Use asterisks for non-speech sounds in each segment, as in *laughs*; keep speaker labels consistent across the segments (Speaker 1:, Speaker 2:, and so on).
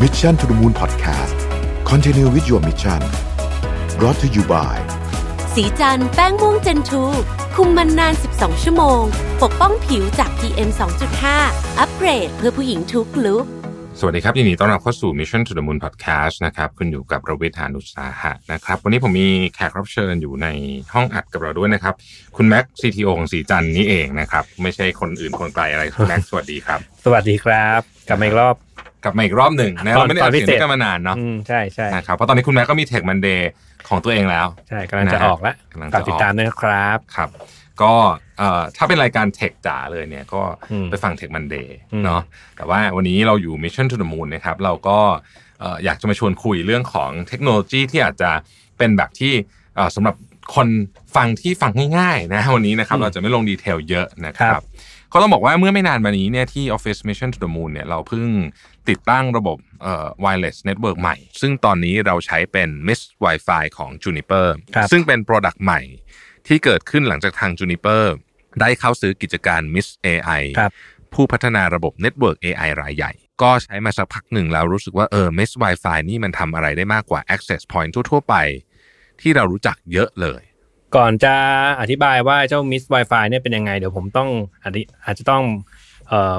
Speaker 1: Mission to the Moon Podcast Continue with your mission brought to you by
Speaker 2: สีจันทร์แป้งม่วงเจนทู คุมมันนาน 12 ชั่วโมง ปกป้องผิวจาก PM 2.5 อัปเกรดเพื่อผู้หญิงทุกลุก
Speaker 3: สวัสดีครับยินดีต้อนรับเข้าสู่ Mission to the Moon Podcast นะครับคุณอยู่กับประวิทยานุสาหะนะครับ วันนี้ผมมีแขกรับเชิญอยู่ในห้องอัดกับเราด้วยนะครับ คุณแม็กซีทีโอของสีจันทร์นี่เองนะครับ ไม่ใช่คนอื่นคนไกลอะไร
Speaker 4: *laughs*
Speaker 3: คุณแม็กสวัสดีครับ
Speaker 4: สวัสดีครับกลับมาอีกรอบ
Speaker 3: กลับมาอีกรอบหนึ่งนะเราไม่ได้
Speaker 4: ต
Speaker 3: อั
Speaker 4: อ
Speaker 3: ด
Speaker 4: นพิ
Speaker 3: เสียงด้ว
Speaker 4: เศษ
Speaker 3: ยกันมานานเนาะ
Speaker 4: อืมใช่ใช่
Speaker 3: นะครับเพราะตอนนี้คุณแม็กก็มีเทคมันเดย์ของตัวเองแล้ว
Speaker 4: ใช่กำลังจะ
Speaker 3: นะฮะ
Speaker 4: ออกแล้ว
Speaker 3: กำลังจะออก
Speaker 4: ฝากติดตามด้วยนะครับ
Speaker 3: ครับ ก็เอ่อถ้าเป็นรายการเทคจ๋าเลยเนี่ยก็
Speaker 4: อืม
Speaker 3: ไปฟังเทคมันเดย์
Speaker 4: อืม
Speaker 3: เนาะแต่ว่าวันนี้เราอยู่ Mission to the Moon นะครับ เราก็เอ่ออยากจะมาชวนคุยเรื่องของเทคโนโลยีที่อาจจะเป็นแบบที่เอ่อสำหรับคนฟังที่ฟังง่ายๆนะวันนี้นะครับ เราจะไม่ลงดีเทลเยอะนะครับ ก็ต้องบอกว่าเมื่อไม่นานมานี้เนี่ยที่ Office Mission to the Moon เนี่ยเราเพิ่งติดตั้งระบบเอ่อ wireless network ใหม่ ซึ่งตอนนี้เราใช้เป็น Mist Wi-Fi ของ Juniper
Speaker 4: ครับ
Speaker 3: ซึ่งเป็น Product ใหม่ ที่เกิดขึ้นหลังจากทาง Juniper ได้เข้าซื้อกิจการ Mist AI
Speaker 4: ครับ
Speaker 3: ผู้พัฒนาระบบ Network AI รายใหญ่ ก็ใช้มาสักพักหนึ่งแล้วรู้สึกว่าเออ Mesh Wi-Fi นี่มันทำอะไรได้มากกว่า Access Point ทั่ว ๆ ไป ที่เรารู้จักเยอะเลย
Speaker 4: ก่อนจะอธิบายว่าเจ้า Miss Wi-Fi เนี่ยเป็นยังไง เดี๋ยวผมต้องอธิอาจจะต้องเอ่อ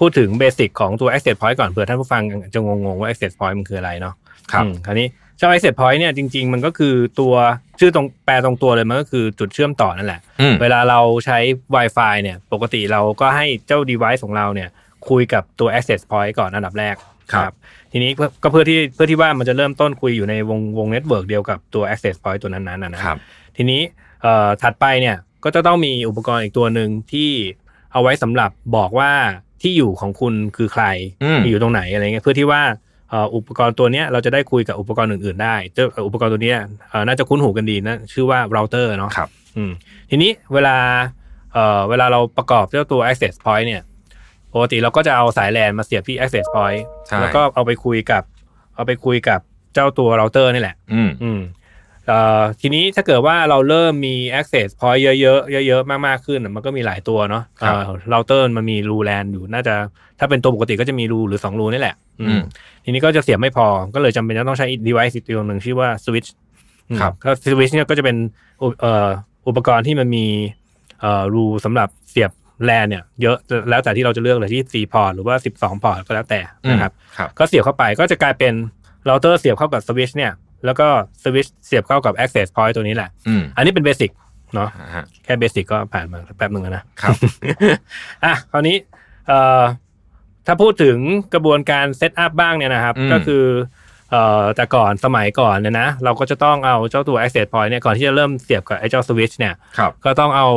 Speaker 4: พูดถึงเบสิกของตัว Access Point ก่อนเผื่อท่านผู้ฟังจะงงๆว่า Access Point มันคืออะไรเนาะ
Speaker 3: ครับ
Speaker 4: อืมคราวนี้เจ้า Access Point เนี่ยจริง ๆ มันก็คือตัวชื่อตรงแปลตรงตัวเลยมันก็คือจุดเชื่อมต่อนั่นแหละ
Speaker 3: อืม
Speaker 4: เวลาเราใช้ Wi-Fi เนี่ย ปกติเราก็ให้เจ้า device ของเราเนี่ย คุยกับตัว access point ก่อนอันดับแรก
Speaker 3: ครับ
Speaker 4: ทีนี้เพื่อก็เพื่อที่เพื่อที่ว่ามันจะเริ่มต้นคุยอยู่ในวงวงเน็ตเวิร์กเดียวกับตัว access point ตัวนั้นๆนะนะ
Speaker 3: ครับ
Speaker 4: ทีนี้เอ่อถัดไปเนี่ยก็จะต้องมีอุปกรณ์อีกตัวหนึ่งที่เอาไว้สำหรับบอกว่าที่อยู่ของคุณคือใคร
Speaker 3: อืม
Speaker 4: อยู่ตรงไหนอะไรเงี้ยเพื่อที่ว่าเอ่ออุปกรณ์ตัวเนี้ยเราจะได้คุยกับอุปกรณ์อื่นๆได้เจ้าอุปกรณ์ตัวเนี้ยเอ่อน่าจะคุ้นหูกันดีนะชื่อว่าเราเตอร์เนาะ
Speaker 3: ครับ
Speaker 4: อืมทีนี้เวลาเอ่อเวลาเราประกอบเจ้าตัว access point เนี่ยปกติเราก็จะเอาสายแลนมาเสียบที่ access point
Speaker 3: ใช่
Speaker 4: แล้วก็เอาไปคุยกับ เอาไปคุยกับเจ้าตัวเราเตอร์นี่แหละ
Speaker 3: อืม
Speaker 4: อืมเอ่อทีนี้ถ้าเกิดว่าเราเริ่มมี access point เยอะๆเยอะๆมากๆขึ้น มันก็มีหลายตัวเนาะ
Speaker 3: ครับ
Speaker 4: เราเตอร์มันมีรูแลนอยู่น่าจะถ้าเป็นตัวปกติก็จะมีรูหรือสองรูนี่แหละ อื
Speaker 3: อื
Speaker 4: ม
Speaker 3: ม
Speaker 4: ทีนี้ก็จะเสียบไม่พอ ก็เลยจำเป็นจะต้องใช้ device อีกตัวหนึ่งชื่อว่า switch อืม
Speaker 3: ครับ
Speaker 4: แล้ว switch เนี่ยก็จะเป็นอุปเอ่ออุปกรณ์ที่มันมีเอ่อรูสำหรับเสียบแลนเนี่ยเยอะแล้วแต่ที่เราจะเลือกเลยที่ 4 พอร์ตหรือว่า 12 พอร์ตก็แล้วแต่นะครับ
Speaker 3: ครับ
Speaker 4: ก็เสียบเข้าไปก็จะกลายเป็นเราเตอร์เสียบเข้ากับ switch เนี่ย แล้วก็ switch เสียบเข้ากับ access point ตัวนี้แหละ
Speaker 3: อืม
Speaker 4: อันนี้เป็นเบสิกเนาะ
Speaker 3: อ่าฮะ
Speaker 4: แค่เบสิกก็ผ่านมาแป๊บหนึ่งแล้วนะ *laughs*
Speaker 3: ครับ
Speaker 4: อ่ะคราวนี้เอ่อถ้าพูดถึงกระบวนการเซตอัพบ้างเนี่ยนะครับ
Speaker 3: อืม
Speaker 4: ก็คือเอ่อแต่ก่อนสมัยก่อนเนี่ยนะ เราก็จะต้องเอาเจ้าตัว access point เนี่ยก่อนที่จะเริ่มเสียบกับไอ้เจ้า switch เนี่ย
Speaker 3: ครับ
Speaker 4: ก็ต้องเอา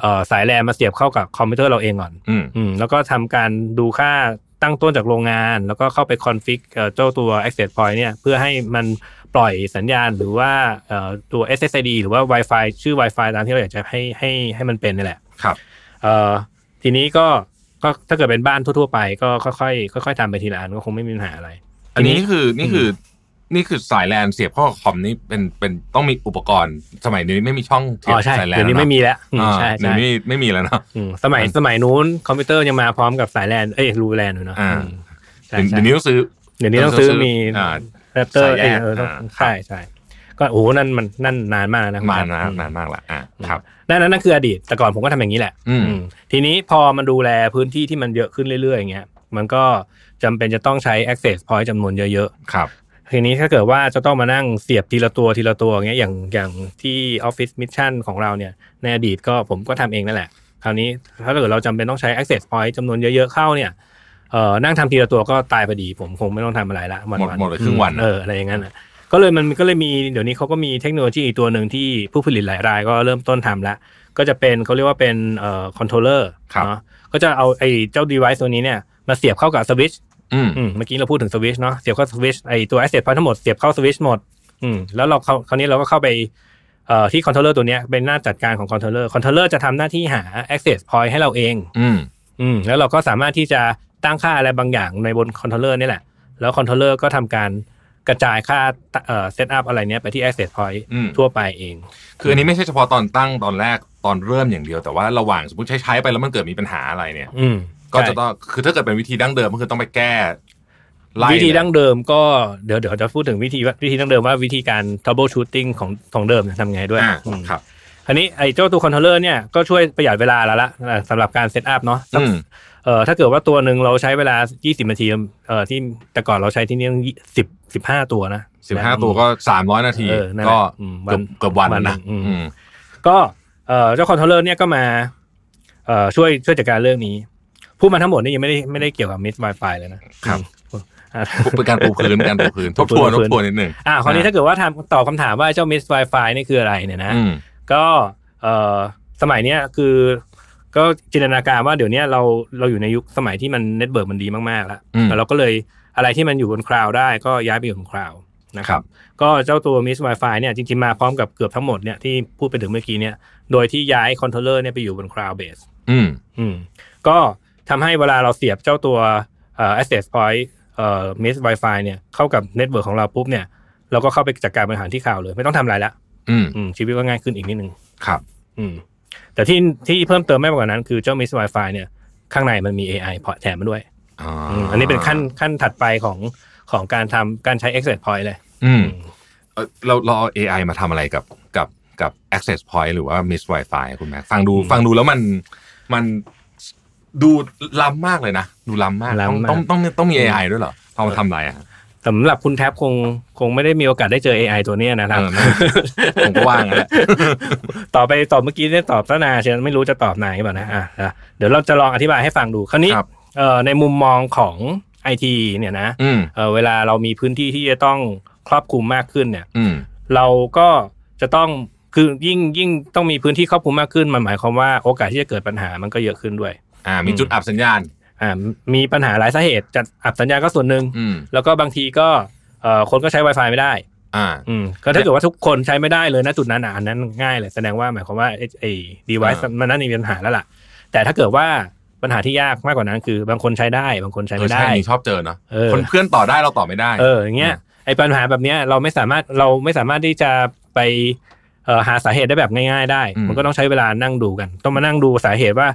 Speaker 4: เอ่อสายแลนมาเสียบเข้ากับคอมพิวเตอร์เราเองก่อน
Speaker 3: อืม
Speaker 4: อืมแล้วก็ทำการดูค่าตั้งต้นจากโรงงาน แล้วก็เข้าไปคอนฟิกเจ้าตัว access point เนี่ยเพื่อให้มันปล่อยสัญญาณหรือว่าเอ่อตัว SSID หรือว่า Wi-Fi ชื่อ Wi-Fi ตามที่เราอยากจะให้ให้ให้มันเป็นนี่แหละ
Speaker 3: ครับ
Speaker 4: เอ่อทีนี้ก็ก็ถ้าเกิดเป็นบ้านทั่วๆไปก็ค่อยๆค่อยๆทำไปทีละอันก็คงไม่มีปัญหาอะไร
Speaker 3: อันนี้คือนี่คือนี่คือสายแลนเสียบเข้ากับคอมนี่เป็นเป็นต้องมีอุปกรณ์สมัยนี้ไม่มีช่องเสี
Speaker 4: อ๋
Speaker 3: บ
Speaker 4: อใช่
Speaker 3: สายแลน
Speaker 4: เดี๋ยวนี้
Speaker 3: แล้ว
Speaker 4: ไม่
Speaker 3: เนอะ
Speaker 4: มีแล้วอืม
Speaker 3: อ่า
Speaker 4: ใช่
Speaker 3: เดี๋ยว
Speaker 4: ใช่
Speaker 3: นี้ไม่มีแล้วเนาะ
Speaker 4: อืมสมัยสมัยนู้นคอมพิวเตอร์ยังมาพร้อมกับสายแลนเอ้ยรูแลนอยู่เนอะ
Speaker 3: อ่า
Speaker 4: อืมใช่
Speaker 3: เดี๋ยว
Speaker 4: ใช่
Speaker 3: เดี๋ยวนี้ต้องซื้อ
Speaker 4: เดี๋ยวนี้ต้องซื้อ
Speaker 3: ต้องซื้อ
Speaker 4: มี
Speaker 3: อ่า
Speaker 4: แรปเตอร์
Speaker 3: สายแล
Speaker 4: เอก อต้อง
Speaker 3: อ่า
Speaker 4: ใช่ใช่ก็โอ้โหนั่นมันนั่นนานมากแล้วนะ
Speaker 3: มา
Speaker 4: คุณ
Speaker 3: นา
Speaker 4: ครั
Speaker 3: น
Speaker 4: บ
Speaker 3: นานมากละอ่าครับ
Speaker 4: นั่นนั่นนั่นคืออดีตแต่ก่อนผมก็ทำอย่างนี้แหละ
Speaker 3: อืม
Speaker 4: อืมทีนี้พอมันดูแลพื้นที่ที่มันเยอะขึ้นเรื่อยๆอย่างเงี้ยมันก็จำเป็นจะต้องใช้ access point จำนวนเยอะ
Speaker 3: ครับ
Speaker 4: ๆ ทีนี้ถ้าเกิดว่าจะต้องมานั่งเสียบทีละตัวทีละตัวอย่างเงี้ยอย่างอย่างที่ Office Mission ของเราเนี่ยในอดีตก็ผมก็ทำเองนั่นแหละคราวนี้ถ้าเกิดเราจำเป็นต้องใช้ access point จำนวนเยอะๆเข้าเนี่ยเอ่อนั่งทำทีละตัวก็ตายพอดี ผมคงไม่ต้องทำอะไรละวัน
Speaker 3: หมด
Speaker 4: ๆ
Speaker 3: หมดเลยครึ่งวัน
Speaker 4: เอออะไรอย่างนั้นน่ะก็เลยมันก็เลยมีเดี๋ยวนี้เขาก็มีเทคโนโลยีอีกตัวหนึ่งที่ผู้ผลิตหลายรายก็เริ่มต้นทำละก็จะเป็นเขาเรียกว่าเป็นเอ่อคอนโทรลเลอร์
Speaker 3: ครับ
Speaker 4: เนาะก็จะเอาไอ้เจ้า device ตัวนี้เนี่ยมาเสียบเข้ากับสวิตช
Speaker 3: อืม
Speaker 4: อืมเมื่อกี้เราพูดถึงสวิตชเนาะเสียบเข้าสวิตชไอ้ตัว asset point ทั้งหมดเสียบเข้าสวิตชหมดอืมแล้วเราเข้าคราวนี้เราก็เข้าไปเอ่อที่คอนโทรลเลอร์ตัวเนี้ยเป็นหน้าจัดการของคอนโทรลเลอร์คอนโทรลเลอร์จะทำหน้าที่หา access point ให้เราเอง
Speaker 3: อืม
Speaker 4: อืมแล้วเราก็สามารถที่จะตั้งค่าอะไรบางอย่างในบนคอนโทรลเลอร์นี่แหละ แล้วคอนโทรลเลอร์ก็ทำการกระจายค่าเอ่อเซตอัพอะไรเนี้ยไปที่ access point
Speaker 3: อืม
Speaker 4: ทั่วไปเอง
Speaker 3: คืออันนี้ไม่ใช่เฉพาะตอนตั้งตอนแรกตอนเริ่มอย่างเดียวแต่ว่าระหว่างสมมติใช้ใช้ๆไปแล้วมันเกิดมีปัญหาอะไรเนี่ย
Speaker 4: อืม
Speaker 3: ก็จะ
Speaker 4: ใช่
Speaker 3: ต้องคือถ้าเกิดเป็นวิธีดั้งเดิมก็คือต้องไปแก้ ไล่
Speaker 4: วิธี
Speaker 3: เลย
Speaker 4: ดั้งเดิมก็เดี๋ยวเดี๋ยวจะพูดถึงวิธีว่าวิธีดั้งเดิมว่าวิธีการ trouble shooting ของของเดิมเนี่ยทำไงด้วย
Speaker 3: อ่า
Speaker 4: อืม
Speaker 3: ครับ
Speaker 4: อันนี้ไอ้เจ้าตัวคอนโทรลเลอร์เนี่ยก็ช่วยประหยัดเวลาแล้วละสำหรับการเซตอัพเนาะสัก
Speaker 3: อืม
Speaker 4: เอ่อถ้าเกิดว่าตัวหนึ่งเราใช้เวลา 20 นาทีเอ่อที่แต่ก่อนเราใช้ที่นี่ต้อง10 15 ตัวนะ
Speaker 3: สิบห้า
Speaker 4: นะ
Speaker 3: ตัวก็สามร้อยนาที
Speaker 4: เออนั่นแหละ
Speaker 3: ก็
Speaker 4: อืม
Speaker 3: เกือบ
Speaker 4: วัน
Speaker 3: เกือบวัน
Speaker 4: วันห
Speaker 3: นะ
Speaker 4: นึ่งอืม
Speaker 3: อืม
Speaker 4: ก็เอ่อเจ้าคอนโทรลเลอร์เนี่ยก็มาเอ่อช่วยช่วยจัดการเรื่องนี้พูดมาทั้งหมดนี่ยังไม่ได้ไม่ได้เกี่ยวกับมิสไวไฟเลยนะครับ อ่ะ
Speaker 3: เป็นการปูพื้นเป็น *laughs* การปูพื้นท
Speaker 4: ปู
Speaker 3: บ
Speaker 4: พื้น
Speaker 3: ทวนท
Speaker 4: ปู
Speaker 3: บ
Speaker 4: พื้น
Speaker 3: ทวนนิดหนึ่ง
Speaker 4: อ่าคราวนี้ถ้าเกิดว่าถามตอบคำถามว่าเจ้ามิสไวไฟนี่คืออะไรเนี่ยนะ
Speaker 3: อืม
Speaker 4: ก็เอ่อสมัยเนี้ยคือก็จินตนาการว่าเดี๋ยวเนี้ยเราเราอยู่ในยุคสมัยที่มันเน็ตเบิร์กมันดีมากๆแล้ว
Speaker 3: อืม
Speaker 4: แล้วเราก็เลยอะไรที่มันอยู่บนคลาวด์ได้ก็ย้ายไปอยู่บนคลาวด์นะค
Speaker 3: ครั
Speaker 4: รับ
Speaker 3: บ
Speaker 4: ก็เจ้าตัว Miss Wi-Fi เนี่ยจริงๆมาพร้อมกับเกือบทั้งหมดเนี่ยที่พูดไปถึงเมื่อกี้เนี่ยโดยที่ย้ายคอนโทรลเลอร์เนี่ยไปอยู่บนคลาวด์เบส
Speaker 3: อืม
Speaker 4: อืมก็ทำให้เวลาเราเสียบเจ้าตัวเอ่อ access point เอ่อ Miss Wi-Fi เนี่ยเข้ากับเน็ตเวิร์กของเราปุ๊บเนี่ยเราก็เข้าไปจัดการบริหารที่คลาวด์เลยไม่ต้องทำอะไรละ
Speaker 3: อืม
Speaker 4: อืมชีวิตก็ง่ายขึ้นอีกนิดนึง
Speaker 3: ครับ
Speaker 4: อืมแต่ที่ที่เพิ่มเติมมากกว่านั้นคือเจ้า Miss Wi-Fi เนี่ยข้างในมันมี AI พอแถมมาด้วย
Speaker 3: อ๋อ
Speaker 4: อืมอันนี้เป็นขั้นขั้นถัดไปของของการทำการใช้ Access Point เลย
Speaker 3: อืมเอ่อเราเราเอา AI มาทำอะไรกับกับกับ access point หรือว่า miss wifi คุณแม่ฟังดู
Speaker 4: อืม
Speaker 3: ฟังดูแล้วมันมันดูล้ำมากเลยนะ ดูล้ำมากต้อง
Speaker 4: ล้ำมาก
Speaker 3: ต้องต้องต้องมี AI ด้วยเหรอเอามาทำอะไรอ่ะ
Speaker 4: สำหรับคุณแท็บคงคงไม่ได้มีโอกาสได้เจอ AI ตัวเนี้ยนะครับ
Speaker 3: เออไม่ *laughs* ผมก็ว่างนแหละ
Speaker 4: ต่อไปตอบเมื่อกี้เนี่ยตอบตั้งนานเชียวไม่รู้จะตอบนานหรือเปล่านะอ่ะอ่ะเดี๋ยวเราจะลองอธิบายให้ฟังดูคราวนี้
Speaker 3: ครับ
Speaker 4: เอ่อในมุมมองของ IT เนี่ยนะ
Speaker 3: อืม
Speaker 4: เอ่อเวลาเรามีพื้นที่ที่จะต้องครอบคลุมมากขึ้นเนี่ย
Speaker 3: อืม
Speaker 4: เราก็จะต้องคือยิ่งยิ่งต้องมีพื้นที่ครอบคลุมมากขึ้น มันหมายความว่าโอกาสที่จะเกิดปัญหามันก็เยอะขึ้นด้วย
Speaker 3: อ่า มีจุดอับสัญญาณ
Speaker 4: อ่ามีปัญหาหลายสาเหตุจัดอับสัญญาณก็ส่วนหนึ่ง
Speaker 3: อืม
Speaker 4: แล้วก็บางทีก็เอ่อคนก็ใช้ Wi-Fi ไม่ได้
Speaker 3: อ่า
Speaker 4: อืมก็ถ้าเกิดว่าทุกคนใช้ไม่ได้เลยนะจุดนั้นอ่ะอันนั้นง่ายเลยแสดงว่าหมายความว่าไอ้ไอ้ดีไวซ์
Speaker 3: อ่ามั
Speaker 4: มันนั่นมีปัญหาแล้วล่ะ แต่ถ้าเกิดว่าปัญหาที่ยากมากกว่านั้นคือบางคนใช้ได้ บางคนใช้
Speaker 3: เออ
Speaker 4: ไม่
Speaker 3: ใช่
Speaker 4: ได้
Speaker 3: นี่ชอบเจอเนาะ
Speaker 4: เออ
Speaker 3: คนเพื่อนต่อได้เราต่อไม่ได้
Speaker 4: เอออย่างเงี้ยไอ้ปัญหาแบบเนี้ยเราไม่สามารถเราไม่สามารถที่จะไปเอ่อหาสาเหตุได้แบบง่ายๆได้
Speaker 3: อืม
Speaker 4: มันก็ต้องใช้เวลานั่งดูกัน ต้องมานั่งดูสาเหตุว่า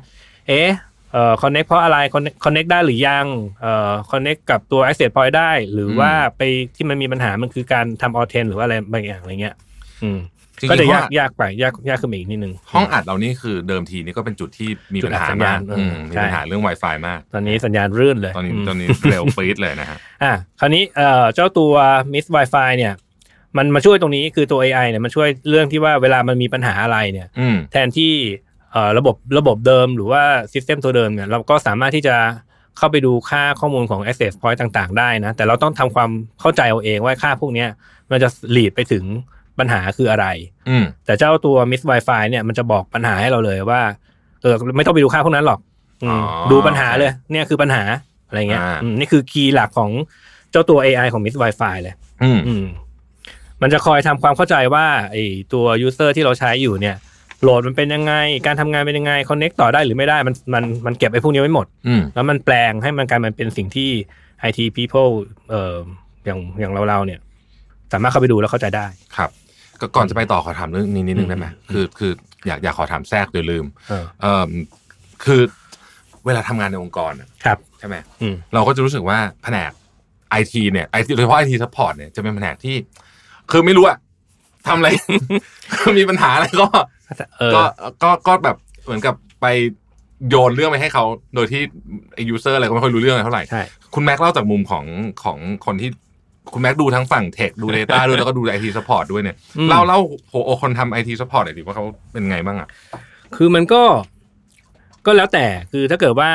Speaker 4: เอ๊ะเอ่อคอนเน็กเพราะอะไรคอนเน็กได้หรือยังเอ่อคอนเน็กกับตัว Access Point ได้ หรือว่าไปที่มันมีปัญหามันคือการทำออเทนหรือว่าอะไรบางอย่างอะไรเงี้ยอืม
Speaker 3: จริงๆ
Speaker 4: ก็จะ
Speaker 3: ห้อง
Speaker 4: ยาก
Speaker 3: อัด
Speaker 4: ยากไปยากยากขึ้นมาอีกนิดนึง
Speaker 3: ห้องอัดเรานี่คือเดิมทีนี่ก็เป็นจุดที่มีปัญหา
Speaker 4: จุดอับสัญญาม
Speaker 3: าก
Speaker 4: ณเออ
Speaker 3: อืมมี
Speaker 4: ใช่
Speaker 3: ปัญหาเรื่อง Wi-Fi มาก
Speaker 4: ตอนนี้สัญญาณรื่นเลย
Speaker 3: ตอนนี้
Speaker 4: ม
Speaker 3: ตอนนี้เร็วปรี๊ดเลยนะฮะ
Speaker 4: อ่ะคราวนี้เอ่อเจ้าตัว Miss Wi-Fi เนี่ย มันมาช่วยตรงนี้คือตัว AI เนี่ยมันช่วยเรื่องที่ว่าเวลามันมีปัญหาอะไรเนี่ย
Speaker 3: อืม
Speaker 4: แทนที่เอ่อระบบระบบเดิมหรือว่า System ตัวเดิมเนี่ยเราก็สามารถที่จะเข้าไปดูค่าข้อมูลของ Access Point ต่าง ๆ ได้นะ แต่เราต้องทำความเข้าใจเอาเองว่าค่าพวกเนี้ยมันจะหลีดไปถึงปัญหาคืออะไร
Speaker 3: อืม
Speaker 4: แต่เจ้าตัว Miss Wi-Fi เนี่ยมันจะบอกปัญหาให้เราเลยว่าเออไม่ต้องไปดูค่าพวกนั้นหรอกอืม
Speaker 3: อ๋อ
Speaker 4: ดูปัญหาเลยเนี่ยคือปัญหาอะไรเงี้ย
Speaker 3: อ่า
Speaker 4: อืมนี่คือคีย์หลักของเจ้าตัว AI ของ Miss Wi-Fi เลย
Speaker 3: อืม
Speaker 4: อืมมันจะคอยทำความเข้าใจว่าไอตัว user ที่เราใช้อยู่เนี่ย โหลดมันเป็นยังไง การทำงานเป็นยังไง connect ต่อได้หรือไม่ได้มันมันมันเก็บไอ้พวกนี้ไว้หมด
Speaker 3: อืม
Speaker 4: แล้วมันแปลงให้มันกลายมันเป็นสิ่งที่ IT people เอ่ออย่างอย่างเราเราๆเนี่ย สามารถเข้าไปดูแล้วเข้าใจได้
Speaker 3: ครับก็ก่อนจะไปต่อขอถามเรื่องนี้นิดนึงได้ไหม
Speaker 4: อืม
Speaker 3: คือคืออยากอยากขอถามแทรกเดี๋ยวลืม
Speaker 4: เออ
Speaker 3: เอ่อคือเวลาทำงานในองค์กรอะ
Speaker 4: ครับ
Speaker 3: ใช่ไหม
Speaker 4: อืม
Speaker 3: เราก็จะรู้สึกว่าแผนกไอทีเนี่ยไอทีโดยเฉพาะไอทีซัพพอร์ตเนี่ยจะเป็นแผนกที่ คือไม่รู้อะทำอะไร *laughs* มีปัญหาอะไรก็
Speaker 4: เออ
Speaker 3: ก็ก็ก็แบบเหมือนกับไปโยนเรื่องไปให้เขาโดยที่ไอ้ยูเซอร์อะไรก็ไม่ค่อยรู้เรื่องอะไรเท่าไหร่
Speaker 4: ใช่
Speaker 3: คุณแม็กเล่าจากมุมของของคนที่คุณแม็กดูทั้งฝั่งเทคดู Data ด้วยแล้วก็ดูไอทีสปอร์ตด้วยเนี่ย
Speaker 4: อืม
Speaker 3: เล่าเล่าหัวอกคนทำไอทีสปอร์ตหน่อยดิว่าเขาเป็นไงบ้างอ่ะ
Speaker 4: คือมันก็ก็แล้วแต่คือถ้าเกิดว่า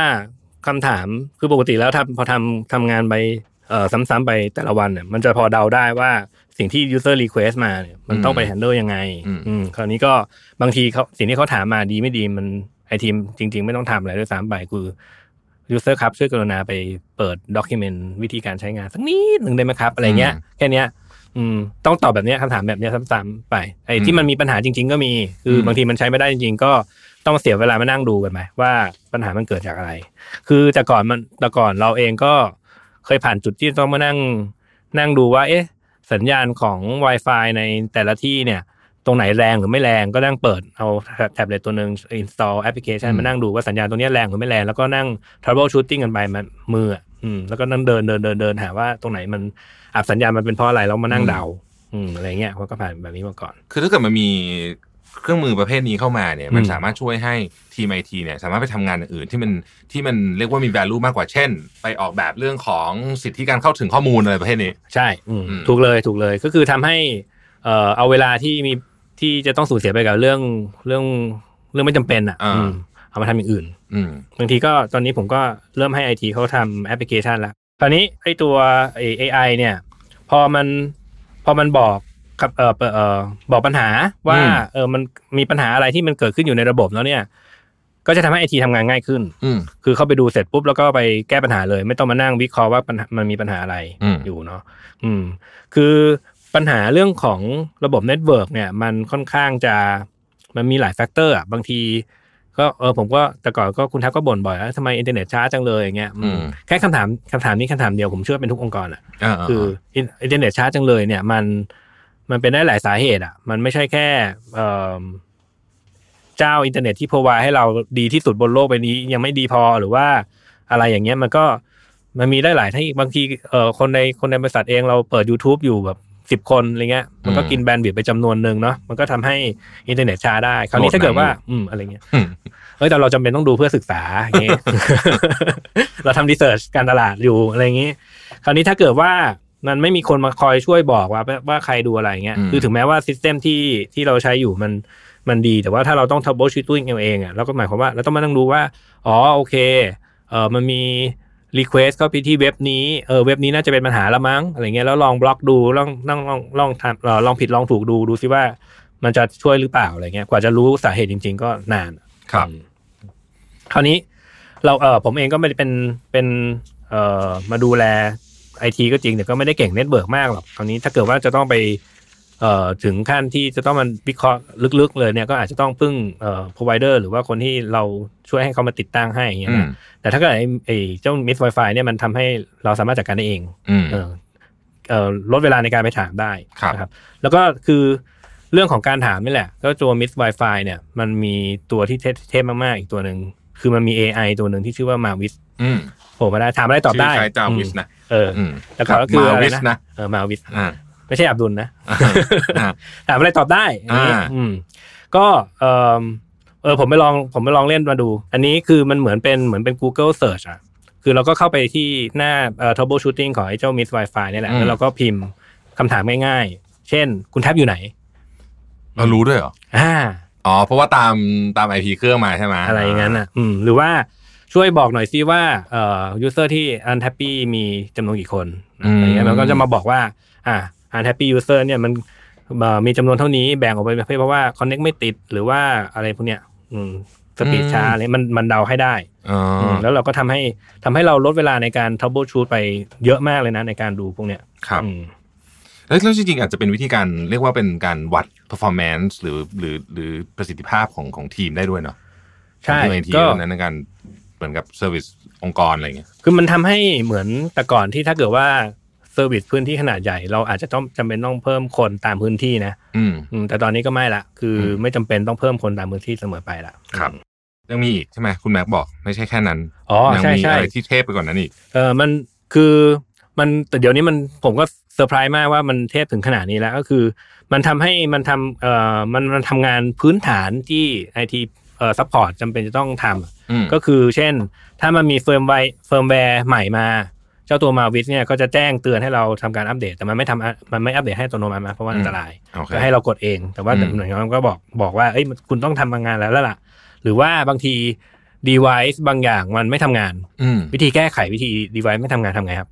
Speaker 4: คำถามคือปกติแล้วทำพอทำทำงานไปเอ่อซ้ำๆไปแต่ละวันเนี่ยมันจะพอเดาได้ว่าสิ่งที่ user request มาเนี่ยมันต้องไป handle ยังไง
Speaker 3: อืม
Speaker 4: อืมคราวนี้ก็บางทีเขาสิ่งที่เขาถามมาดีไม่ดีมันไอทีมจริง ๆ ไม่ต้องทำอะไรด้วยซ้ำไปคือ user ครับช่วยกรุณาไปเปิด document วิธีการใช้งานสักนิดหนึ่งได้ไหมครับอะไรเงี้ยแค่เนี้ย อืมต้องตอบแบบเนี้ยคำถามแบบเนี้ยซ้ำๆไปไอ้
Speaker 3: อืม
Speaker 4: ที่มันมีปัญหาจริง ๆ ก็มีคือ
Speaker 3: ม
Speaker 4: บางทีมันใช้ไม่ได้จริงๆ ก็ต้องเสียเวลามานั่งดูกันไหมว่าปัญหามันเกิดจากอะไร คือแต่ก่อนมันแต่ก่อนเราเองก็เคยผ่านจุดที่ต้องมานั่ง นั่งดูว่า เอ๊ะ สัญญาณของ Wi-Fi ในแต่ละที่เนี่ย ตรงไหนแรงหรือไม่แรงก็นั่งเปิดเอาแท็บเล็ตตัวหนึ่ง install application
Speaker 3: อืม
Speaker 4: มานั่งดูว่าสัญญาณตรงเนี้ยแรงหรือไม่แรงแล้วก็นั่ง trouble shooting กันไปมันมืออะ อืมแล้วก็นั่งเดินเดินเดินเดินหาว่าตรงไหนมันอับสัญญาณมันเป็นเพราะอะไรแล้วมานั่ง
Speaker 3: อืม
Speaker 4: เดาอืมอะไรเงี้ยเขาก็ผ่านแบบนี้มาก่อน
Speaker 3: คือถ้าเกิดมันมีเครื่องมือประเภทนี้เข้ามาเนี่ย
Speaker 4: อืม
Speaker 3: มันสามารถช่วยให้ทีมไอทีเนี่ยสามารถไปทำงานอย่างอื่นที่มันที่มันเรียกว่ามี value มากกว่าเช่น ไปออกแบบเรื่องของสิทธิการเข้าถึงข้อมูลอะไรประเภทนี้
Speaker 4: ใช่อืม
Speaker 3: อืม
Speaker 4: ถูกเลยถูกเลยก็คือทำให้เอ่อเอาเวลาที่มีที่จะต้องสูญเสียไปกับเรื่องเรื่องเรื่องไม่จำเป็นอ่ะอืมเอามาทำอย่างอื่น
Speaker 3: อืม
Speaker 4: บางทีก็ตอนนี้ผมก็เริ่มให้ไอทีเขาทำแอปพลิเคชันแล้วคราวนี้ไอตัวไอ้ AI เนี่ย พอมันพอมันบอกครับเออเอ่อเออบอกปัญหาว่า
Speaker 3: อืม
Speaker 4: เออมันมีปัญหาอะไรที่มันเกิดขึ้นอยู่ในระบบแล้วเนี่ย ก็จะทำให้ไอทีทำงานง่ายขึ้น
Speaker 3: อืม
Speaker 4: คือเข้าไปดูเสร็จปุ๊บแล้วก็ไปแก้ปัญหาเลย ไม่ต้องมานั่งวิเคราะห์ว่าปัญหามันมีปัญหาอะไร
Speaker 3: อืม
Speaker 4: อยู่เนาะอืม คือปัญหาเรื่องของระบบเน็ตเวิร์กเนี่ย มันค่อนข้างจะมันมีหลายแฟกเตอร์อ่ะบางที ก็เออผมก็แต่ก่อนก็คุณทักก็บ่นบ่อยว่าทำไมอินเทอร์เน็ตช้าจังเลยอย่างเงี้ยอืมแค่คำถามคำถามนี้คำถามเดียวผมเชื่อเป็นทุกองค์กรอ่ะ
Speaker 3: อ่า
Speaker 4: คืออินอินเทอร์เน็ตช้าจังเลยเนี่ยมันมันเป็นได้หลายสาเหตุอ่ะ มันไม่ใช่แค่เอิ่มเจ้าอินเทอร์เน็ตที่พ o ว i d e ให้เราดีที่สุดบนโลกใบนี้ ยังไม่ดีพอหรือว่าอะไรอย่างเงี้ยมันก็มันมีได้หลายที่บางทีเอ่อคนในคนในบริษัทเองเราเปิด YouTube อยู่แบบสิบ10 คนอะไรเงี้ยมันก็กินแบนด์วิดต์ไปจำนวนหนึ่งเนาะมันก็ทำให้อินเทอร์เน็ตช้าได้ คราวนี้ถ้าเกิดว่าอืมอะไรเงี้ย
Speaker 3: อืม
Speaker 4: เอ้ยแต่เราจำเป็นต้องดูเพื่อศึกษาอย่างงี้
Speaker 3: *laughs*
Speaker 4: เราทำรีเสิร์ชการตลาดอยู่อะไรอย่างงี้ คราวนี้ถ้าเกิดว่ามันไม่มีคนมาคอยช่วยบอกว่าว่าใครดูอะไรอย่างเงี้ย
Speaker 3: อืม
Speaker 4: คือถึงแม้ว่าซิสเต็มที่ที่เราใช้อยู่มันมันดี แต่ว่าถ้าเราต้องทับโบชิตุ้งเองอ่ะเราก็หมายความว่าเราต้องมานั่งดูว่า อ๋อโอเคเออมันมีรีเควสเข้าไปที่เว็บนี้เออเว็บนี้น่าจะเป็นปัญหาละมั้งอะไรเงี้ยแล้วลองบล็อกดูลองลองลองลองทำเอ่อลองผิดลองถูกดูดูซิว่ามันจะช่วยหรือเปล่าอะไรเงี้ยกว่าจะรู้สาเหตุจริง ๆ ก็นาน
Speaker 3: ครับ
Speaker 4: คราวนี้เราเออผมเองก็ไม่ได้เป็นเป็นเออมาดูแลไอทีก็จริงแต่ก็ไม่ได้เก่งเน็ตเบิร์กมากหรอกคราวนี้ถ้าเกิดว่าจะต้องไปเอ่อถึงขั้นที่จะต้องมันวิเคราะห์ลึกๆ เลยเนี่ยก็อาจจะต้องพึ่งเอ่อ provider หรือว่าคนที่เราช่วยให้เขามาติดตั้งให้อย่างเงี้ย
Speaker 3: อืม
Speaker 4: นะแต่ถ้าเกิดไอ้ไอ้เจ้า Miss Wi-Fi เนี่ยมันทำให้เราสามารถจัดการได้เอง
Speaker 3: อืม
Speaker 4: เอ่อเอ่อลดเวลาในการไปถามได้
Speaker 3: ครับ
Speaker 4: นะครับ แล้วก็คือเรื่องของการถามนี่แหละ ก็ตัว Miss Wi-Fi เนี่ย มันมีตัวที่เทพมาก ๆ อีกตัวหนึ่ง คือมันมี AI ตัวหนึ่งที่ชื่อว่ามาวิส
Speaker 3: อืม
Speaker 4: โผล่มาได้ ถามอะไรตอบได้
Speaker 3: ชื่ใช้จาวิส
Speaker 4: อืม
Speaker 3: นะ
Speaker 4: เออ
Speaker 3: อืม
Speaker 4: แล้วก็คือ
Speaker 3: มา
Speaker 4: อะไร
Speaker 3: วิส
Speaker 4: นะ
Speaker 3: นะ
Speaker 4: เออมาวิส *laughs*
Speaker 3: อ่า
Speaker 4: ไม่ใช่อับดุลนะ
Speaker 3: อ่าอ่า
Speaker 4: ถามอะไรตอบได้อันนี้
Speaker 3: อ่า
Speaker 4: อืมก็เออเออผมไปลองผมไปลองเล่นมาดู อันนี้คือมันเหมือนเป็นเหมือนเป็น Google Search อ่ะ คือเราก็เข้าไปที่หน้าเอ่อ troubleshooting ของไอ้เจ้า Miss Wi-Fi เนี่ยแหละ แล้วเราก็พิมพ์คำถามง่ายๆ เช่น คุณแท็บอยู่ไหน
Speaker 3: เรารู้ด้วยเหรอ
Speaker 4: อ่า
Speaker 3: อ๋อเพราะว่าตามตามไอพีเครื่องมาใช่ไหม
Speaker 4: อะไรอย่างนั้นอ่ะ อืม หรือว่าช่วยบอกหน่อยซิว่าเอ่อ user ที่ unhappy มีจำนวนกี่คนอะไรเงี้ยมันก็จะมาบอกว่า อ่า unhappy user เนี่ยมันเอ่อมีจำนวนเท่านี้แบ่งออกเป็นประเภทเพราะว่า connect ไม่ติดหรือว่าอะไรพวกเนี้ย อืมสปีดช้าอะไรมันมันเดาให้ได้
Speaker 3: อ๋อ
Speaker 4: มแล้วเราก็ทำให้ทำให้เราลดเวลาในการ trouble shoot ไปเยอะมากเลยนะในการดูพวกเนี้ย
Speaker 3: ครับ
Speaker 4: อืม
Speaker 3: แล้วแล้วจริงๆอาจจะเป็นวิธีการเรียกว่าเป็นการวัด performance หรือหรือหรือประสิทธิภาพของของทีมได้ด้วยเนาะ
Speaker 4: ใช่
Speaker 3: ของทีม
Speaker 4: ก็
Speaker 3: นั้นในการเหมือนกับเซอร์วิสองค์กรอะไรอย่างเงี้ย
Speaker 4: คือมันทำให้เหมือนแต่ก่อนที่ถ้าเกิดว่าเซอร์วิสพื้นที่ขนาดใหญ่เราอาจจะต้องจำเป็นต้องเพิ่มคนตามพื้นที่นะ
Speaker 3: อืม
Speaker 4: อืมแต่ตอนนี้ก็ไม่ละ คืออ
Speaker 3: ม
Speaker 4: ไม่จำเป็นต้องเพิ่มคนตามพื้นที่เสมอไปละ
Speaker 3: ครับยังมีอีกใช่ไหมคุณแม็กบอกไม่ใช่แค่นั้น
Speaker 4: อ๋อ
Speaker 3: ยั
Speaker 4: ใช่
Speaker 3: มี
Speaker 4: ใช่
Speaker 3: อะไรที่เทพไปกว่อนนั้นอีก
Speaker 4: เออมันคือมันแต่เดี๋ยวนี้มันผมก็เซอร์ไพรส์มากว่ามันเทพถึงขนาดนี้แล้วก็คือ มันทำให้มันทำเอ่อมันมันทำงานพื้นฐานที่ไอทีเอ่อซัพพอร์ตจำเป็นจะต้องทำ
Speaker 3: อืม
Speaker 4: ก็คือเช่น ถ้ามันมีเฟิร์มไวเฟิร์มแวร์ใหม่มา เจ้าตัวมาวิสเนี่ยก็จะแจ้งเตือนให้เราทำการอัปเดต แต่มันไม่ทำอะมันไม่อัปเดตให้อัตโนมัตินะเพราะว่าอันตราย
Speaker 3: โอเค
Speaker 4: ก็ให้เรากดเอง แต่ว่า
Speaker 3: อืม
Speaker 4: หน่วยงานก็บอกบอกว่าเอ้ยมันคุณต้องทำงานแล้วล่ะ หรือว่าบางที device บางอย่างมันไม่ทำงาน
Speaker 3: อืม
Speaker 4: วิธีแก้ไขวิธี device ไม่ทำงานทำไงครับ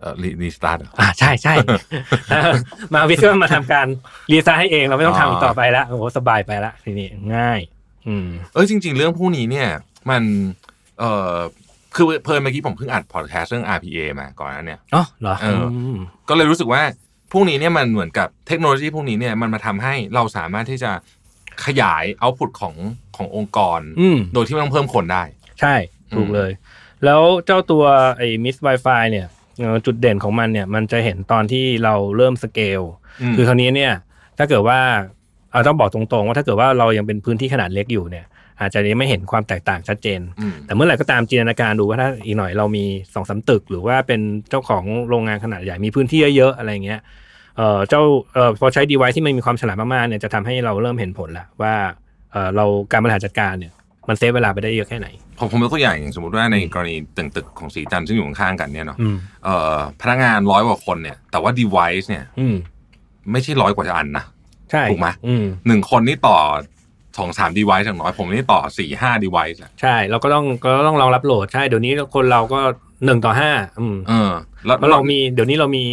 Speaker 3: เอ่อรีสตาร์ท
Speaker 4: อ่าใช่ใช่ เออมาวิสก็มาทำการรีไซน์ให้เองเราไม่ต้องทำอีกต่อไปละโอ้โหสบายไปละทีนี้ง่าย อืม
Speaker 3: เออจริง ๆ เรื่องพวกนี้เนี่ยมันเออคือเพลินเมื่อกี้ผมเพิ่งอัดพอดแคสต์เรื่อง RPA มาก่อนนั้นเนี่ย
Speaker 4: อ๋อเหรอ
Speaker 3: เอออื
Speaker 4: ม
Speaker 3: ก็เลยรู้สึกว่าพวกนี้เนี่ยมันเหมือนกับเทคโนโลยีพวกนี้เนี่ยมันมาทำให้เราสามารถที่จะขยายเอาพุตของขององค์กร
Speaker 4: อืม
Speaker 3: โดยที่ไม่ต้องเพิ่มคนได้
Speaker 4: ใช่ถูกเลย แล้วเจ้าตัวไอ้มิส Wi-Fi เนี่ยเอ่อจุดเด่นของมันเนี่ยมันจะเห็นตอนที่เราเริ่มสเกล
Speaker 3: อืม
Speaker 4: คือคราวนี้เนี่ยถ้าเกิดว่าเอาต้องบอกตรงๆ ว่าถ้าเกิดว่าเรายังเป็นพื้นที่ขนาดเล็กอยู่เนี่ย อาจจะยังไม่เห็นความแตกต่างชัดเจน
Speaker 3: อืม
Speaker 4: แต่เมื่อไหร่ก็ตามจินตนาการดูว่าถ้าอีกหน่อยเรามีสองสาตึก หรือว่าเป็นเจ้าของโรงงานขนาดใหญ่มีพื้นที่เยอะๆอะไรเงี้ยเอ่อเจ้าเอ่อพอใช้ดีไวที่มันมีความฉลาดมากๆเนี่ยจะทำให้เราเริ่มเห็นผลละว่าเอ่อเราการบริหารจัดการเนี่ยมันเซฟเวลาไปได้เยอะแค่ไหน
Speaker 3: ผมผมยกตัวอย่างอย่างสมมติว่าในกรณีตึกตึกของสีจันทร์ซึ่งอยู่ข้างๆกันเนี่ยเนาะ
Speaker 4: อืม
Speaker 3: เอ่อพนักงานร้อยกว่าคนเนี่ยแต่ว่า device เนี่ย
Speaker 4: อืม
Speaker 3: ไม่ใช่ร้อยกว่าอันนะ
Speaker 4: ใช่
Speaker 3: ถูกไหม
Speaker 4: อืม
Speaker 3: หนึ่งคนนี่ต่อสองสาม device อย่างน้อยผมนี่ต่อสี่ห้า device อะ
Speaker 4: ใช่เราก็ต้องก็ต้องรองรับโหลดใช่เดี๋ยวนี้คนเราก็หนึ่งต่อห้าอืม
Speaker 3: เออ แล้ว
Speaker 4: แล้วเรามีเดี๋ยวนี้เรามี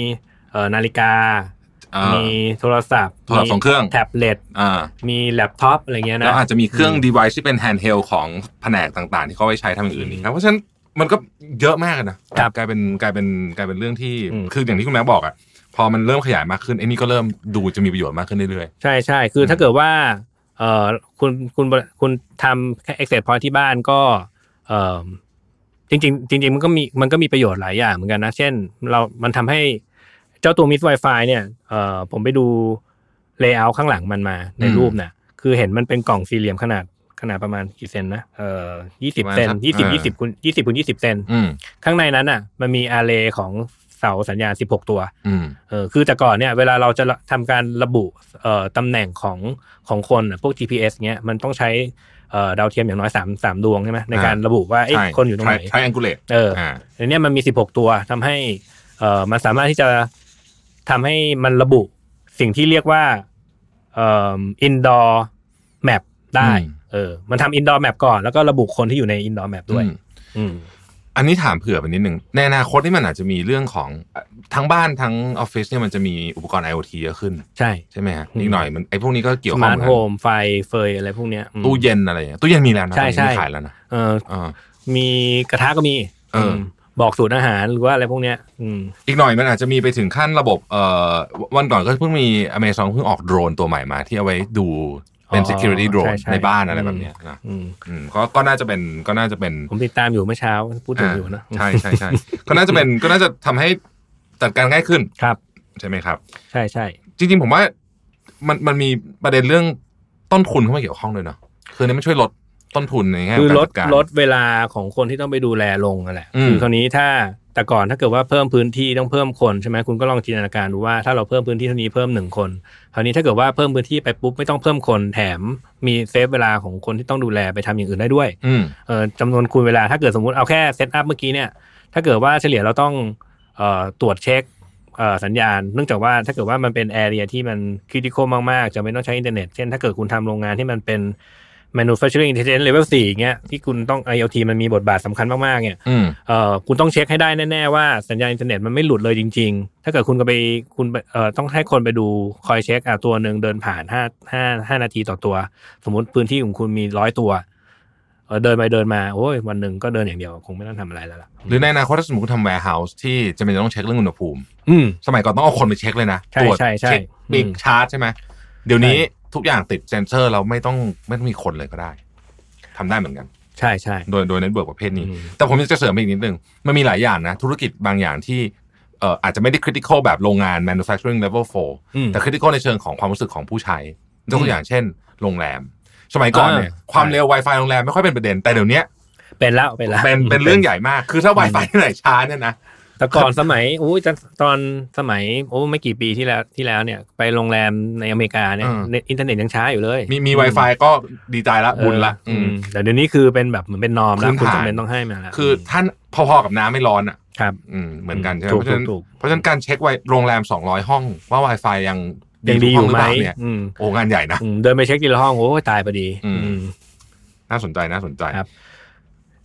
Speaker 4: เอ่อนาฬิกา
Speaker 3: เอ่อ
Speaker 4: มีโทรศัพท์
Speaker 3: โทรศัพท์สองเครื่อง
Speaker 4: แท็บเล็ต
Speaker 3: อ่า
Speaker 4: มีแล็ปท็อปอะไรเงี้ยนะ
Speaker 3: แล้วอาจจะมีเครื่อง
Speaker 4: อืม
Speaker 3: device ที่เป็น handheld ของแผนกต่างๆ ที่เขาไว้ใช้ทำอย่างอื่นอีกครับเพราะฉะนั้นมันก็เยอะมากอะนะครับ กลายเป็นกลายเป็นกลายเป็นเรื่องที่
Speaker 4: อืม
Speaker 3: คืออย่างที่คุณแม่บอกอ่ะพอมันเริ่มขยายมากขึ้นไอ้นี่ก็เริ่มดูจะมีประโยชน์มากขึ้นเรื่อย
Speaker 4: ใช่ใช่คืออ
Speaker 3: ม
Speaker 4: ถ้าเกิดว่าเอ่อคุณคุณคุณทำแค่ Access Point ที่บ้านก็เอ่อจริงจริงๆจริงๆมันก็มีมันก็มีประโยชน์หลายอย่างเหมือนกันนะ เช่นเรา มันทำให้เจ้าตัวมิด Wi-Fi เนี่ยเอ่อผมไปดูเลเยอร์ข้างหลังมันมาในรูปเนี่ยคือเห็นมันเป็นกล่องสี่เหลี่ยมขนาดขนาดประมาณกี่เซนนะเอ่อยี่สิบเซนยี่สิบยี่สิบคูณยี่สิบคูณยี่สิบเซน
Speaker 3: ๆ อืม
Speaker 4: ข้างในนั้นอ่ะมันมีอาร์เรย์ของเสาสัญญาณ 16 ตัว
Speaker 3: อืม
Speaker 4: เออคือแต่ก่อนเนี่ยเวลาเราจะทำการระบุเอ่อตำแหน่งของของคนน่ะพวก GPS เงี้ยมันต้องใช้เอ่อดาวเทียมอย่างน้อย3มดวงใช่ไหมใน
Speaker 3: อ่า
Speaker 4: การระบุว่าเอ๊ะ
Speaker 3: ใช่
Speaker 4: คนอยู่ตรงไหน
Speaker 3: ใช้ angulate
Speaker 4: เออ
Speaker 3: อ่า
Speaker 4: อันเนี้ยมันมี 16 ตัวทำให้เอ่อมันสามารถที่จะทำให้มันระบุสิ่งที่เรียกว่าเอ่อ indoor map ได้
Speaker 3: อืม
Speaker 4: เออมันทำ indoor map ก่อนแล้วก็ระบุคนที่อยู่ใน indoor map ด้วย
Speaker 3: อืม
Speaker 4: อืม
Speaker 3: อันนี้ถามเผื่อไปนิดนึงในอนาคตที่มันอาจจะมีเรื่องของเอ่อทั้งบ้านทั้งออฟฟิศเนี่ยมันจะมีอุปกรณ์ IoT เยอะขึ้น
Speaker 4: ใช่
Speaker 3: ใช่ไหมฮะ
Speaker 4: อืม
Speaker 3: อีกหน่อยมันไอ้พวกนี้ก็เกี่ยว
Speaker 4: ส
Speaker 3: ข้อง
Speaker 4: มาร์ท
Speaker 3: กัน
Speaker 4: โฮมไฟเฟยอะไรพวกเนี้ยอืม
Speaker 3: ตู้เย็นอะไรอย่างเงี้ยตู้เย็นมีแล้วนะ
Speaker 4: ใช่ใช่
Speaker 3: ตอนนี้มีขายแล้วนะ
Speaker 4: เออ
Speaker 3: อ่า
Speaker 4: มีกระทะก็มี
Speaker 3: เอออื
Speaker 4: มบอกสูตรอาหารหรือว่าอะไรพวกเนี้ย อืม
Speaker 3: อีกหน่อยมันอาจจะมีไปถึงขั้นระบบเอ่อวันก่อนก็เพิ่งมี Amazon เพิ่งออกโดรนตัวใหม่มา ที่เอาไว้ดูเป็น
Speaker 4: อ๋อ
Speaker 3: security drone
Speaker 4: ใช่ใช่
Speaker 3: ในบ้านอะไรแบบเนี้ยนะ
Speaker 4: อืม
Speaker 3: อืมก็ก็น่าจะเป็นก็น่าจะเป็น
Speaker 4: ผมติดตามอยู่เมื่อเช้าพูดถึง
Speaker 3: า
Speaker 4: อยู่นะ
Speaker 3: ใช่ใช่ใช่ ก็น่าจะเป็นก็น่าจะทำให้จัดการง่ายขึ้น
Speaker 4: ครับ
Speaker 3: ใช่ไหมครับ
Speaker 4: ใช่ใช่
Speaker 3: จริงๆผมว่ามันมันมีประเด็นเรื่องต้นทุนเข้ามาเกี่ยวข้องด้วยเนาะคืออันนี้มันช่วยลดต้นทุนในแง่ข
Speaker 4: คือ
Speaker 3: การ
Speaker 4: องลด
Speaker 3: จัดการ
Speaker 4: ลดเวลาของคนที่ต้องไปดูแลลงนั่นแหละ
Speaker 3: อืม
Speaker 4: คือคราวนี้ถ้าแต่ก่อนถ้าเกิดว่าเพิ่มพื้นที่ต้องเพิ่มคนใช่ไหมคุณก็ลองจินตนาการดูว่าถ้าเราเพิ่มพื้นที่เท่านี้เพิ่มหนึ่งคนคราวนี้ถ้าเกิดว่าเพิ่มพื้นที่ไปปุ๊บไม่ต้องเพิ่มคนแถมมีเซฟเวลาของคนที่ต้องดูแลไปทำอย่างอื่นได้ด้วย
Speaker 3: อืม
Speaker 4: เอ่อจำนวนคูณเวลาถ้าเกิดสมมุติเอาแค่เซตอัพเมื่อกี้เนี่ย ถ้าเกิดว่าเฉลี่ยเราต้องเอ่อตรวจเช็คเอ่อสัญญาณ เนื่องจากว่าถ้าเกิดว่ามันเป็นแอเรียที่มันคริติคอลมากๆจะไม่ต้องใช้อินเทอร์เน็ต เช่นถ้าเกิดคุณทำโรงงานที่มันเป็น manufacturing intelligence level 4อย่างเงี้ยที่คุณต้อง IoT มันมีบทบาทสำคัญมากๆเนี่ย
Speaker 3: อืม
Speaker 4: เอ่อคุณต้องเช็คให้ได้แน่ๆว่าสัญญาณอินเทอร์เน็ตมันไม่หลุดเลยจริงๆ ถ้าเกิดคุณก็ไปคุณไปเอ่อต้องให้คนไปดูคอยเช็คอ่ะตัวหนึ่งเดินผ่านห้าห้าห้านาทีต่อตัว สมมติพื้นที่ของคุณมีร้อยตัวเอ่อเดินไปเดินมาโอ้ยวันหนึ่งก็เดินอย่างเดียวคงไม่ต้องทำอะไรแล้วล่ะ
Speaker 3: หรือในอนาคตถ้าสมมติคุณทำ warehouse ที่จะเป็นต้องเช็คเรื่องอุณหภูมิ
Speaker 4: อืม
Speaker 3: สมัยก่อนต้องเอาคนไปเช็คเลยนะ
Speaker 4: ใช่
Speaker 3: ตรวจ
Speaker 4: ใช่ใช่
Speaker 3: เช็ค
Speaker 4: อืม
Speaker 3: มีชาร์จใช่ไหมเดี๋ยวนี้
Speaker 4: ใช่
Speaker 3: ทุกอย่างติดเซ็นเซอร์เราไม่ต้องไม่ต้องมีคนเลยก็ได้ทำได้เหมือนกัน
Speaker 4: ใช่ใช่
Speaker 3: โดยโดยเน็ตเวิร์กประเภทนี้
Speaker 4: อืม
Speaker 3: แต่ผมอยากจะเสริมอีกนิดนึง มันมีหลายอย่างนะ ธุรกิจบางอย่างที่เอ่ออาจจะไม่ได้คริติคอลแบบโรงงาน manufacturing level
Speaker 4: อืม
Speaker 3: 4 แต่คริติคอลในเชิงของความรู้สึกของผู้ใช้ยกตัวอย่างเช่น โรงแรม สมัยก่อนเนี่ย
Speaker 4: อ่า
Speaker 3: ความเร็ว Wi-Fi โรงแรมไม่ค่อยเป็นประเด็นแต่เดี๋ยวนี้
Speaker 4: เป็นแล้วเป็นแล้ว
Speaker 3: เป็นเป็นเรื่องใหญ่มากคือถ้า Wi-Fi ที่ไหนช้าเนี่ยนะ
Speaker 4: แต่ก่อนสมัยโอ้ยจะตอนสมัยโอ้ไม่กี่ปีที่แล้วที่แล้วเนี่ย ไปโรงแรมในอเมริกาเนี่ย
Speaker 3: อืม
Speaker 4: เน็ตอินเทอร์เน็ตยังช้าอยู่เลย
Speaker 3: มีมี
Speaker 4: อื
Speaker 3: Wi-Fi ก็ดีใจละบุญละ
Speaker 4: เอออืม
Speaker 3: ม
Speaker 4: แต่เดี๋ยวนี้คือเป็นแบบเหมือนเป็นนอมแล้ว
Speaker 3: พื้น
Speaker 4: คุณ
Speaker 3: ฐาน
Speaker 4: จำเป็นต้องให้มาแล้ว
Speaker 3: คือท่านพอๆกับน้ำไม่ร้อนอ่ะ
Speaker 4: ครับ
Speaker 3: อืมเหมือนกันใช่ไหม
Speaker 4: ถู
Speaker 3: เพ
Speaker 4: ก
Speaker 3: ราะฉะนั้น
Speaker 4: ถูกถูก
Speaker 3: เพราะฉะนั้นการเช็คไว้โรงแรม 200 ห้องว่า Wi-Fi ยัง
Speaker 4: ยังดีอ
Speaker 3: ทุก
Speaker 4: ยู่
Speaker 3: งรื
Speaker 4: ไหม
Speaker 3: เปล่าเนี่ย
Speaker 4: อืม
Speaker 3: โอ้งานใหญ่นะ
Speaker 4: อืมเดินไปเช็คทีละห้องโอ้ยตายพอดี
Speaker 3: อืม
Speaker 4: อืม
Speaker 3: น่าสนใจน่าสนใจ
Speaker 4: ครับ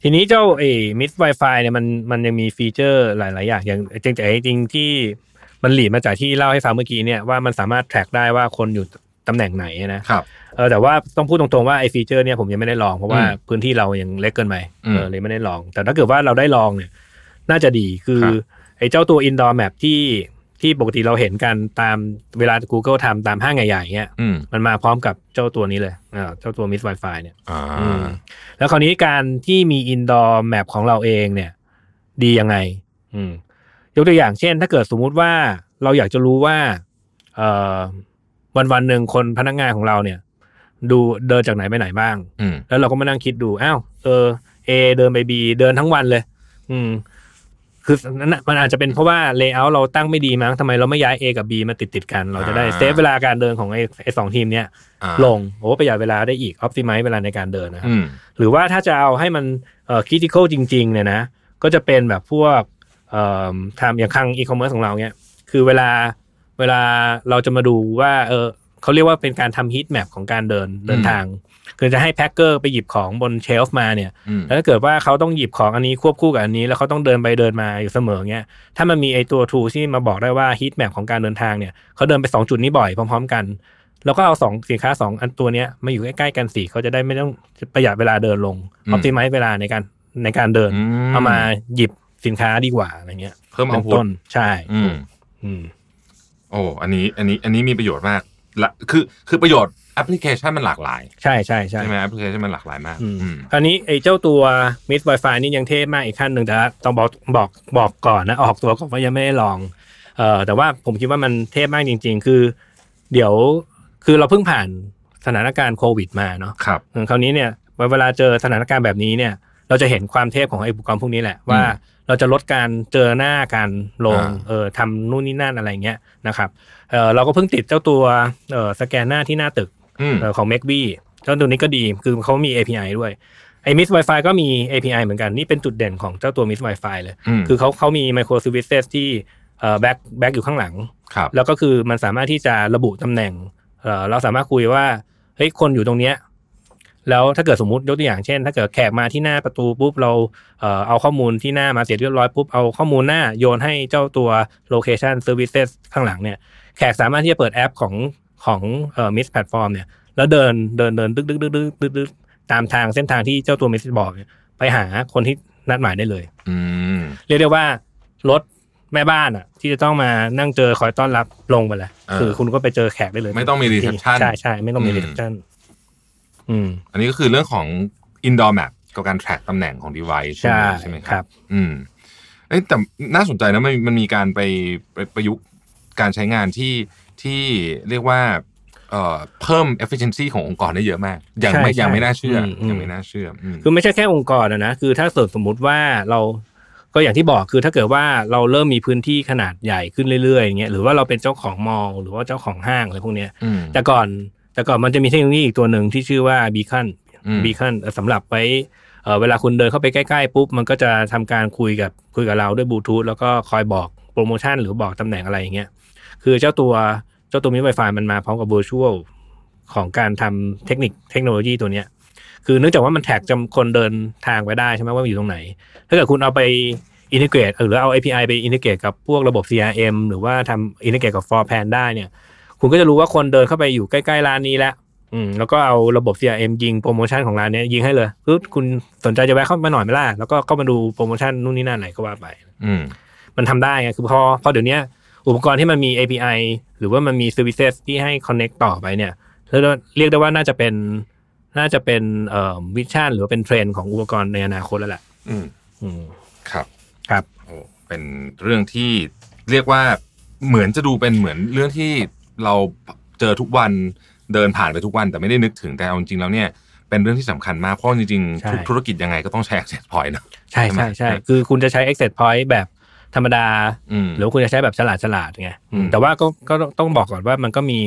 Speaker 4: ทีนี้เจ้าเอมิสไวไฟเนี่ยมันมันยังมีฟีเจอร์หลาย ๆ อย่างอย่างจริงๆจริงๆที่มันหลีดมาจากที่เล่าให้ฟังเมื่อกี้เนี่ยว่ามันสามารถแทร็กได้ว่าคนอยู่ตำแหน่งไหนนะครับ เออแต่ว่าต้องพูดตรง ๆ ว่าไอ้ฟีเจอร์เนี่ยผมยังไม่ได้ลองเพราะว่า
Speaker 3: อืม
Speaker 4: พื้นที่เรายังเล็กเกินไป
Speaker 3: อืม
Speaker 4: เออเลยไม่ได้ลอง แต่ถ้าเกิดว่าเราได้ลองเนี่ยน่าจะดีคือ
Speaker 3: ครับ
Speaker 4: ไอ้เจ้าตัว indoor map ที่ที่ปกติเราเห็นกันตามเวลา Google ทำตามห้างใหญ่ๆเนี่ย
Speaker 3: อืม
Speaker 4: มันมาพร้อมกับเจ้าตัวนี้เลยอ่าเจ้าตัว Miss Wi-Fi เนี่ย
Speaker 3: อ่า
Speaker 4: อืม แล้วคราวนี้การที่มี indoor map ของเราเองเนี่ย ดียังไง อืม ยกตัวอย่างเช่น ถ้าเกิดสมมุติว่าเราอยากจะรู้ว่า เอ่อวันวันๆหนึ่งคนพนักงานของเราเนี่ย ดูเดินจากไหนไปไหนบ้าง
Speaker 3: อืม
Speaker 4: แล้วเราก็มานั่งคิดดูอ้าวเออเอเดินไปบีเดินทั้งวันเลย อืม คือนั่นน่ะมันอาจจะเป็นเพราะว่าเลเยอร์เราตั้งไม่ดีมั้งทำไมเราไม่ย้าย A กับ B มาติดติดๆกัน เราจะได้
Speaker 3: อ่า
Speaker 4: เซฟเวลาการเดินของไอ้ไอ้สองทีมเนี้ย
Speaker 3: อ่า
Speaker 4: ลงโอ้ประหยัดเวลาได้อีกออ t ติ i ม e เวลาในการเดินนะครับ
Speaker 3: อืม
Speaker 4: หรือว่าถ้าจะเอาให้มันเอ่อคริติคอลจริงๆเนี่ยนะ ก็จะเป็นแบบพวกเอ่อทำอย่างคลังอีคอมเมิร์ซของเราเนี่ยคือเวลาเวลาเราจะมาดูว่าเออเขาเรียกว่าเป็นการทำฮิตแมปของการเดินเดินทาง คือจะให้แพ็คเกอร์ไปหยิบของบนเชลฟ์มาเนี่ย
Speaker 3: อืม
Speaker 4: แล้วถ้าเกิดว่าเขาต้องหยิบของอันนี้ควบคู่กับอันนี้ แล้วเขาต้องเดินไปเดินมาอยู่เสมอเงี้ยถ้ามันมีไอตัวทูที่มาบอกได้ว่าฮิตแมปของการเดินทางเนี่ยเขาเดินไปสองจุดนี้บ่อยพร้อมๆกัน แล้วก็เอาสองสินค้าสองอันตัวเนี้ยมาอยู่ใกล้ๆกันสิเขาจะได้ไม่ต้องประหยัดเวลาเดินลง
Speaker 3: อื
Speaker 4: อ
Speaker 3: ม
Speaker 4: อพติมัยเวลาในการในการเดิน
Speaker 3: อืม
Speaker 4: เอามาหยิบสินค้าดีกว่าอะไรเงี้ย
Speaker 3: เพิ่ม
Speaker 4: เป็
Speaker 3: เอา
Speaker 4: น
Speaker 3: พุ
Speaker 4: ต้
Speaker 3: ท
Speaker 4: นใช่
Speaker 3: อืม
Speaker 4: อืม
Speaker 3: โอ้อันนี้ อันนี้ อันนี้มีประโยชน์มากละคือ คือประโยชน์แอปพลิเคชันมันหลากหลาย
Speaker 4: ใช่ใช่ใช่
Speaker 3: ใช่ไหมแอปพลิเคชันมันหลากหลายมาก
Speaker 4: อืม
Speaker 3: อืม
Speaker 4: คราวนี้ไอ้เจ้าตัว Miss Wi-Fi นี่ยังเท่มากอีกขั้นหนึ่งแต่ว่าต้องบอกบอกบอกก่อนนะออกตัวก่อนว่ายังไม่ได้ลองเอ่อแต่ว่าผมคิดว่ามันเท่มากจริง ๆ คือ เดี๋ยวคือเราเพิ่งผ่านสถานการณ์โควิดมาเนาะ
Speaker 3: ครับ
Speaker 4: อืมคราวนี้เนี่ยเวลาเจอสถานการณ์แบบนี้เนี่ย เราจะเห็นความเทพของไอ้อุปกรณ์พวกนี้แหละว่า เราจะลดการเจอหน้าการลง
Speaker 3: อ่า
Speaker 4: เออทำนู่นนี่นั่นอะไรเงี้ยนะครับเออเราก็เพิ่งติดเจ้าตัวเออสแกนหน้าที่หน้าตึก
Speaker 3: อืม
Speaker 4: เอ่อของ m a c b e เจ้าตัวนี้ก็ดี คือเขามี API ด้วย ไอ้ Miss Wi-Fi ก็มี API เหมือนกัน นี่เป็นจุดเด่นของเจ้าตัว Miss Wi-Fi เลย
Speaker 3: อืม
Speaker 4: คือเขาเขามี Micro Services ที่เอ่อแบ็คแบ็คอยู่ข้างหลัง
Speaker 3: ครับ
Speaker 4: แล้วก็คือมันสามารถที่จะระบุตำแหน่งเอ่อเราสามารถคุยว่า เฮ้ย คนอยู่ตรงเนี้ย แล้วถ้าเกิดสมมติยกตัวอย่างเช่น ถ้าเกิดแขกมาที่หน้าประตูปุ๊บเราเอ่อเอาข้อมูลที่หน้ามาเสร็จเรียบร้อยปุ๊บ เอาข้อมูลหน้าโยนให้เจ้าตัว location services ข้างหลังเนี่ย แขกสามารถที่จะเปิดแอปของของเอ่อมิสแพลตฟอร์มเนี่ย แล้วเดินเดินเดินดึกดึกดึกดึกดึกดึกตามทางเส้นทางที่เจ้าตัวมิสบอกเนี่ยไปหาคนที่นัดหมายได้เลย
Speaker 3: อืม
Speaker 4: เรียกได้ว่ารถแม่บ้านอ่ะ ที่จะต้องมานั่งเจอคอยต้อนรับลงไปแล้ว
Speaker 3: เออ
Speaker 4: คือคุณก็ไปเจอแขกได้เลย
Speaker 3: ไม่ต้องมี reception
Speaker 4: ใช่ใช่ไม่ต้องมี
Speaker 3: อืม
Speaker 4: รีเซพชันอืม
Speaker 3: อันนี้ก็คือเรื่องของ indoor map กับการ track ตำแหน่งของ device ใช่ไหม
Speaker 4: ใช่
Speaker 3: ใช่ไหมค
Speaker 4: ครั
Speaker 3: รับ
Speaker 4: บ
Speaker 3: อืมเอ้ยแต่น่าสนใจนะมันมันมีการไปไปประยุกต์การใช้งานที่ที่เรียกว่าเอ่อเพิ่ม efficiency ขององค์กรได้เยอะมาก ยังไม่
Speaker 4: ใช่ใช่
Speaker 3: ยังไม่น่าเชื่ออ
Speaker 4: มอืม
Speaker 3: ยังไม่น่าเชื่ออืม
Speaker 4: คือไม่ใช่แค่องค์กรอะนะคือถ้าสมมติว่าเราก็อย่างที่บอกคือถ้าเกิดว่าเราเริ่มมีพื้นที่ขนาดใหญ่ขึ้นเรื่อยๆอย่างเงี้ยหรือว่าเราเป็นเจ้าของมอลล์หรือว่าเจ้าของห้างอะไรพวกเนี้ย
Speaker 3: ม
Speaker 4: แต่ก่อนแต่ก่อนมันจะมีเทคโนโลยีอีกตัวหนึ่งที่ชื่อว่าบีคัน
Speaker 3: อืม
Speaker 4: บีคันสำหรับไว้เอ่อเวลาคุณเดินเข้าไปใกล้ๆปุ๊บ มันก็จะทำการคุยกับคุยกับเราด้วยบลูทูธแล้วก็คอยบอกโปรโมชั่นหรือบอกตำแหน่งอะไรอย่างเงี้ยคือเจ้าตัวเจ้าตัวมิไวไฟมันมาพร้อมกับ Virtual ของการทำเทคนิคเทคโนโลยีตัวเนี้ยคือเนื่องจากว่ามันแท็กจำคนเดินทางไว้ได้ใช่ไหมว่ามันอยู่ตรงไหน ถ้าเกิดคุณเอาไปอินทิเกรตหรือเอา API ไปอินทิเกรตกับพวกระบบ CRM หรือว่าทำอินทิเกรตกับ For Plan ได้เนี่ย คุณก็จะรู้ว่าคนเดินเข้าไปอยู่ใกล้ๆร้านนี้แล้วอืมแล้วก็เอาระบบ CRM ยิงโปรโมชั่นของร้านเนี้ยยิงให้เลยคือคุณสนใจจะแวะเข้ามาหน่อยไหมล่ะแล้วก็เข้ามาดูโปรโมชั่นนู่นนี่นั่นอะไรก็ว่าไป
Speaker 3: อืม
Speaker 4: มันทำได้ไงคือพอพอเดี๋ยวเนี้ยอุปกรณ์ที่มันมี API หรือว่ามันมี services ที่ให้ connect ต่อไปเนี่ยแล้วเรียกได้ว่าน่าจะเป็นน่าจะเป็นเอ่อวิชั่นหรือว่าเป็นเทรนด์ของอุปกรณ์ในอนาคตแล้วแหละ
Speaker 3: อืม
Speaker 4: อืม
Speaker 3: ครับ
Speaker 4: ครับ
Speaker 3: โอ้เป็นเรื่องที่เรียกว่าเหมือนจะดูเป็นเหมือนเรื่องที่เราเจอทุกวันเดินผ่านไปทุกวัน แต่ไม่ได้นึกถึงแต่เอาจริงๆแล้วเนี่ยเป็นเรื่องที่สำคัญมากเพราะจริง
Speaker 4: ใช่
Speaker 3: ๆทุกธุรกิจยังไงก็ต้องใช้ access point นะ
Speaker 4: ใช่
Speaker 3: ใช่ไหม
Speaker 4: ใช่ใช่
Speaker 3: ใช่
Speaker 4: คือคุณจะใช้ exit point แบบธรรมดา
Speaker 3: อืม
Speaker 4: หรือว่าคุณจะใช้แบบฉลาดฉลาดไง
Speaker 3: อืม
Speaker 4: แต่ว่าก็ก็ต้องบอกก่อนว่ามันก็มี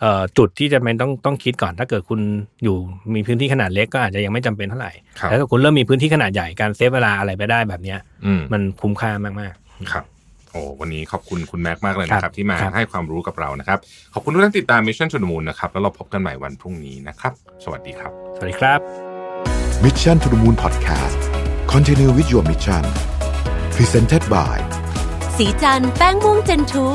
Speaker 4: เอ่อจุดที่จะเป็นต้องต้องคิดก่อนถ้าเกิดคุณอยู่มีพื้นที่ขนาดเล็กก็อาจจะยังไม่จำเป็นเท่าไหร่
Speaker 3: ครับ
Speaker 4: แต่ถ้าคุณเริ่มมีพื้นที่ขนาดใหญ่การเซฟเวลาอะไรไปได้แบบเนี้ย
Speaker 3: อืม
Speaker 4: มันคุ้มค่ามาก
Speaker 3: ครับโอ้วันนี้ขอบคุณคุณแม็กซ์มากเลยนะค
Speaker 4: ครั
Speaker 3: รับบ ที่มา
Speaker 4: ครับ
Speaker 3: ให้ความรู้กับเรานะครับ ขอบคุณทุกท่านติดตาม Mission to the Moon นะครับ แล้วเราพบกันใหม่วันพรุ่งนี้นะครับ สวัสดีครับ
Speaker 4: ๆ สวัสดีครับ
Speaker 1: มิชชั่น to the Moon Podcast Continue with your mission Presented by
Speaker 2: สีจันแป้งม่วงเจนทู